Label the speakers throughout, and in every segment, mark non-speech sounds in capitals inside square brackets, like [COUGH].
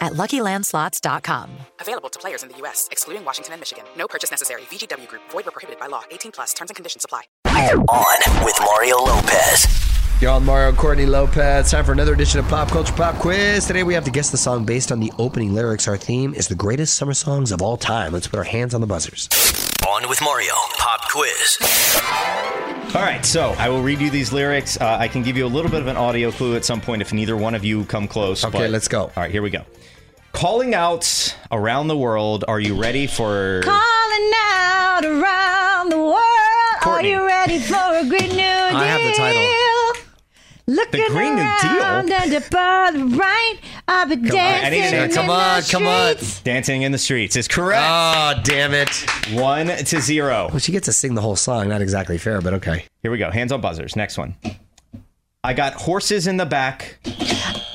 Speaker 1: at luckylandslots.com.
Speaker 2: Available to players in the U.S., excluding Washington and Michigan. No purchase necessary. VGW Group, void or prohibited by law. 18 plus terms and conditions apply.
Speaker 3: On with Mario Lopez.
Speaker 4: Y'all, Mario Courtney Lopez. Time for another edition of Pop Culture Pop Quiz. Today we have to guess the song based on the opening lyrics. Our theme is the greatest summer songs of all time. Let's put our hands on the buzzers.
Speaker 3: On with Mario. Pop quiz.
Speaker 5: All right, so I will read you these lyrics. Uh, I can give you a little bit of an audio clue at some point if neither one of you come close.
Speaker 4: Okay, let's go.
Speaker 5: All right, here we go. Calling out around the world. Are you ready for?
Speaker 6: Calling out around the world.
Speaker 5: Courtney.
Speaker 6: Are you ready for a great new
Speaker 5: [LAUGHS]
Speaker 6: deal?
Speaker 4: I have the title.
Speaker 6: Looking
Speaker 5: The Green New Deal?
Speaker 6: around and above the right, I've been
Speaker 5: I need
Speaker 6: dancing
Speaker 5: an
Speaker 6: in
Speaker 5: answer.
Speaker 6: the
Speaker 4: Come on, come on.
Speaker 6: streets.
Speaker 5: Dancing in the streets is correct.
Speaker 4: Oh, damn it.
Speaker 5: One to zero.
Speaker 4: Well, she gets to sing the whole song. Not exactly fair, but okay.
Speaker 5: Here we go. Hands on buzzers. Next one. I got horses in the back.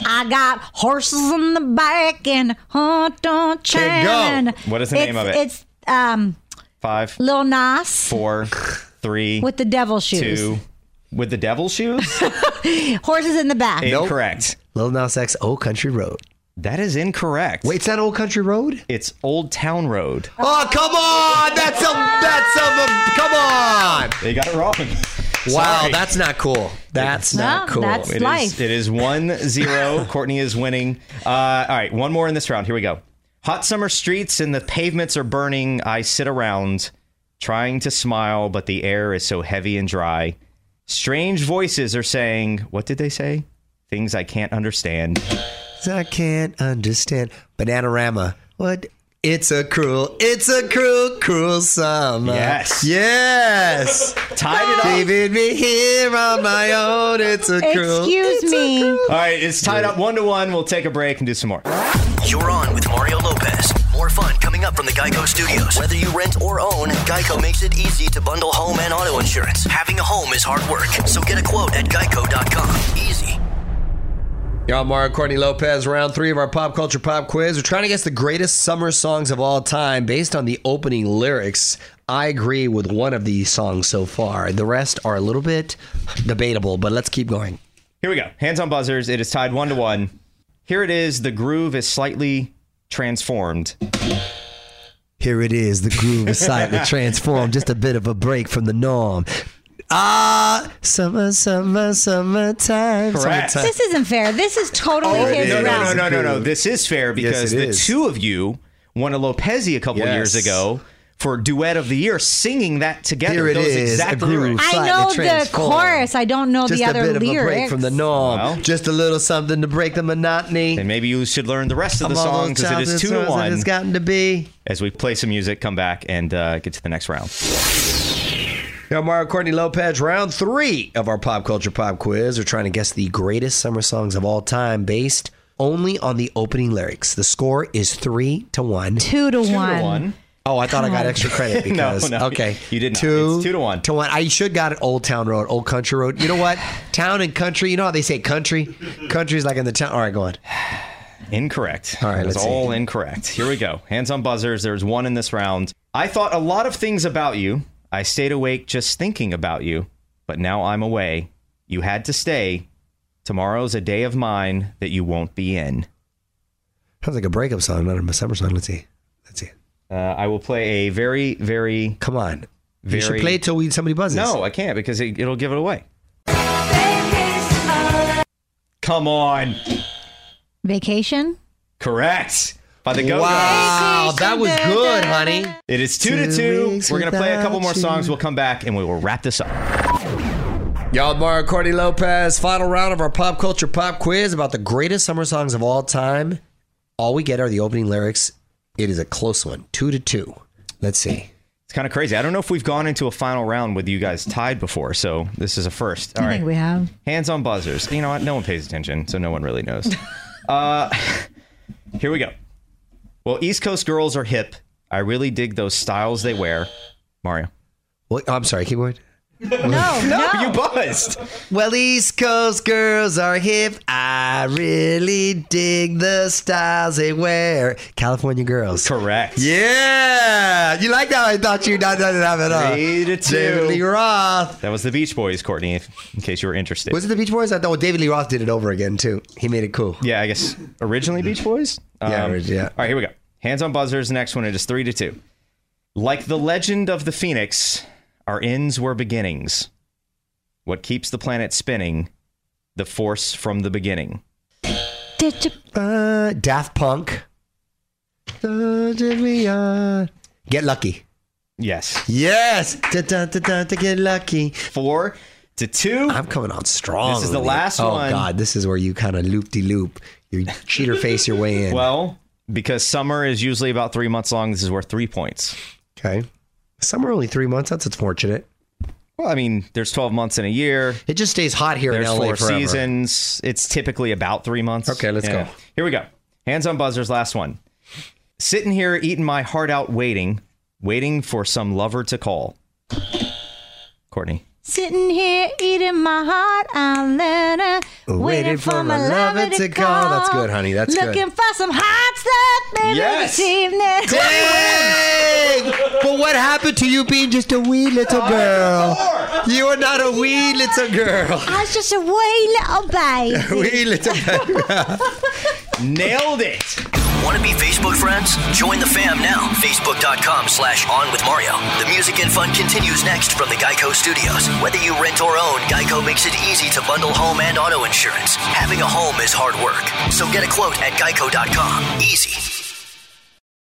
Speaker 6: I got horses on the back and hunt on
Speaker 4: Okay, go.
Speaker 6: chain.
Speaker 5: What is the
Speaker 6: it's,
Speaker 5: name of it?
Speaker 6: It's um,
Speaker 5: Five,
Speaker 6: Lil Nas
Speaker 5: four, three,
Speaker 6: with the devil shoes.
Speaker 5: two. With the
Speaker 4: [LAUGHS]
Speaker 5: devil shoes?
Speaker 6: Horses in the back.
Speaker 5: incorrect.
Speaker 4: Lil Nas X, Old Country Road.
Speaker 5: That is incorrect.
Speaker 4: Wait, it's not Old Country Road?
Speaker 5: It's Old Town Road.
Speaker 4: Oh, come on. That's a, that's a, come on.
Speaker 5: They got it wrong.
Speaker 4: Wow,
Speaker 5: Sorry.
Speaker 4: that's not cool. That's not
Speaker 6: Well,
Speaker 4: cool.
Speaker 6: that's-
Speaker 5: It is-
Speaker 6: Life.
Speaker 5: it is one zero. Courtney is winning. Uh, all right, one more in this round. Here we go. Hot summer streets and the pavements are burning. I sit around trying to smile, but the air is so heavy and dry. Strange voices are saying, What did they say? Things I can't understand.
Speaker 4: I can't understand. Bananarama. What? It's a cruel, it's a cruel, cruel summer.
Speaker 5: Yes.
Speaker 4: Yes.
Speaker 5: [LAUGHS] Tied it up.
Speaker 4: Leaving me here on my own. It's a cruel.
Speaker 6: Excuse me.
Speaker 5: All right, it's tied up one to one. We'll take a break and do some more.
Speaker 3: You're on with Mario Lopez. More fun coming up from the Geico Studios. Whether you rent or own, Geico makes it easy to bundle home and auto insurance. Having a home is hard work, so get a quote at geico.com. Easy.
Speaker 4: Y'all, Mario Courtney Lopez, round three of our pop culture pop quiz. We're trying to guess the greatest summer songs of all time based on the opening lyrics. I agree with one of these songs so far. The rest are a little bit debatable, but let's keep going.
Speaker 5: Here we go. Hands on buzzers. It is tied one to one. Here it is. The groove is slightly transformed.
Speaker 4: Here it is, the groove is slightly transformed, just a bit of a break from the norm. Ah, summer, summer, summertime.
Speaker 5: Correct.
Speaker 4: summertime.
Speaker 6: This isn't fair. This is totally
Speaker 4: Oh,
Speaker 6: his
Speaker 5: no, no, no,
Speaker 6: round.
Speaker 5: no, no, no.
Speaker 4: Good.
Speaker 5: This is fair because
Speaker 4: it
Speaker 5: the
Speaker 4: is.
Speaker 5: two of you won a Lopezi a couple
Speaker 4: Yes.
Speaker 5: years ago for duet of the year, singing that together.
Speaker 4: Here it
Speaker 5: Those
Speaker 4: is,
Speaker 5: exact
Speaker 4: a groove.
Speaker 5: lyrics.
Speaker 6: I
Speaker 4: slightly
Speaker 6: know the
Speaker 4: transformed.
Speaker 6: chorus. I don't know
Speaker 4: just
Speaker 6: the other
Speaker 4: a bit
Speaker 6: lyrics.
Speaker 4: of a break from the norm.
Speaker 5: Wow.
Speaker 4: Just a little something to break the monotony.
Speaker 5: And maybe you should learn the rest of the
Speaker 4: Among all
Speaker 5: song
Speaker 4: those
Speaker 5: because it
Speaker 4: times
Speaker 5: is
Speaker 4: and
Speaker 5: two to
Speaker 4: times
Speaker 5: one.
Speaker 4: It has gotten to be.
Speaker 5: As we play some music, come back and uh, get to the next round.
Speaker 4: Yo, Mario Courtney Lopez, round three of our pop culture pop quiz. We're trying to guess the greatest summer songs of all time based only on the opening lyrics. The score is three to one.
Speaker 6: two to one.
Speaker 5: Two to one.
Speaker 4: Oh, I thought I got extra credit because
Speaker 5: [LAUGHS] no,
Speaker 4: okay,
Speaker 5: you did not.
Speaker 4: Two,
Speaker 5: It's two to one.
Speaker 4: To one. I should got it. Old Town Road, Old Country Road. You know what? town and country. You know how they say country? Country's like in the town. All right, go on.
Speaker 5: Incorrect.
Speaker 4: All right,
Speaker 5: It was
Speaker 4: let's see.
Speaker 5: all incorrect. Here we go. Hands on buzzers. There's one in this round. I thought a lot of things about you. I stayed awake just thinking about you, but now I'm away. You had to stay. Tomorrow's a day of mine that you won't be in.
Speaker 4: Sounds like a breakup song, not a summer song. Let's see. Let's see.
Speaker 5: Uh, I will play a very, very.
Speaker 4: Come on. You should
Speaker 5: Very-
Speaker 4: play it till we somebody buzzes.
Speaker 5: No, I can't because it, it'll give it away. Come on.
Speaker 6: Vacation?
Speaker 5: Correct. By the go
Speaker 4: Wow, that was good, honey.
Speaker 5: It is two, to
Speaker 4: Two
Speaker 5: two.
Speaker 4: weeks
Speaker 5: We're going to play a couple
Speaker 4: without
Speaker 5: more
Speaker 4: you.
Speaker 5: songs. We'll come back and we will wrap this up.
Speaker 4: Y'all, Mario Courtney Lopez. Final round of our pop culture pop quiz about the greatest summer songs of all time. All we get are the opening lyrics. It is a close one, two to two. Let's see.
Speaker 5: It's kind of crazy. I don't know if we've gone into a final round with you guys tied before, so this is a first. All
Speaker 6: I
Speaker 5: right,
Speaker 6: think we have.
Speaker 5: hands on buzzers. You know what? No one pays attention, so no one really
Speaker 6: [LAUGHS]
Speaker 5: knows. uh, [LAUGHS] here we go. Well, East Coast girls are hip. I really dig those styles they wear. Mario.
Speaker 4: Well, I'm sorry, keep going.
Speaker 6: No, no.
Speaker 5: You buzzed.
Speaker 4: Well, East Coast girls are hip. I really dig the styles they wear. California girls.
Speaker 5: Correct.
Speaker 4: Yeah, you like that? I thought you not that at all.
Speaker 5: Three to two.
Speaker 4: David Lee Roth.
Speaker 5: That was the Beach Boys, Courtney, if, in case you were interested.
Speaker 4: Was it the Beach Boys? I thought David Lee Roth did it over again too. He made it cool.
Speaker 5: yeah, I guess originally Beach Boys. Um,
Speaker 4: Yeah, orig- yeah.
Speaker 5: All right, here we go. Hands on buzzers. Next one. It is three to two. Like the legend of the phoenix, our ends were beginnings. What keeps the planet spinning? The force from the beginning.
Speaker 6: Did you-
Speaker 4: Uh, Daft Punk. Uh, Da, da, we are- uh, Get lucky.
Speaker 5: Yes.
Speaker 4: Yes. Da, da, da, da, da, get lucky.
Speaker 5: Four to two.
Speaker 4: I'm coming on strong.
Speaker 5: This is the
Speaker 4: Lee.
Speaker 5: last
Speaker 4: Oh
Speaker 5: one.
Speaker 4: God, this is where you kind of loop de loop. You cheater face your way in.
Speaker 5: Well, because summer is usually about three months long, this is worth three points.
Speaker 4: okay. Summer only three months. That's unfortunate.
Speaker 5: Well, I mean, there's 12 months in a year.
Speaker 4: It just stays hot here
Speaker 5: There's
Speaker 4: in LA
Speaker 5: four
Speaker 4: forever.
Speaker 5: seasons. It's typically about three months.
Speaker 4: Okay, let's go.
Speaker 5: Here we go. Hands on buzzers. Last one. Sitting here eating my heart out, waiting, waiting for some lover to call. Courtney.
Speaker 6: Sitting here eating my heart out letter, waiting, for my lover to call.
Speaker 4: That's good, honey. That's good.
Speaker 6: Looking Looking for some hot stuff, baby,
Speaker 5: Yes.
Speaker 6: this evening.
Speaker 4: Dang! But what happened to you being just a wee
Speaker 5: Oh,
Speaker 4: little girl? You are not a wee little girl.
Speaker 6: [LAUGHS]
Speaker 4: [LAUGHS]
Speaker 6: I was just a wee little baby.
Speaker 4: Wee little girl.
Speaker 5: Nailed it.
Speaker 3: Want to be Facebook friends? Join the fam now. Facebook.com slash on with Mario. The music and fun continues next from the Geico Studios. Whether you rent or own, Geico makes it easy to bundle home and auto insurance. Having a home is hard work. So get a quote at geico.com. Easy.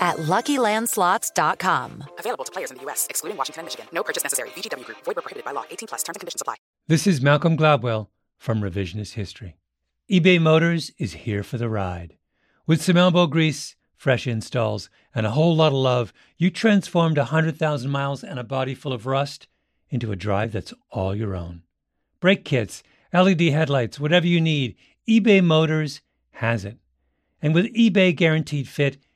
Speaker 1: at LuckyLandSlots.com.
Speaker 2: Available to players in the U.S., excluding Washington and Michigan. No purchase necessary. VGW Group. Void where prohibited by law. 18 plus. Terms and conditions apply.
Speaker 7: This is Malcolm Gladwell from Revisionist History. eBay Motors is here for the ride. With some elbow grease, fresh installs, and a whole lot of love, you transformed a 100,000 miles and a body full of rust into a drive that's all your own. Brake kits, LED headlights, whatever you need, eBay Motors has it. And with eBay Guaranteed Fit,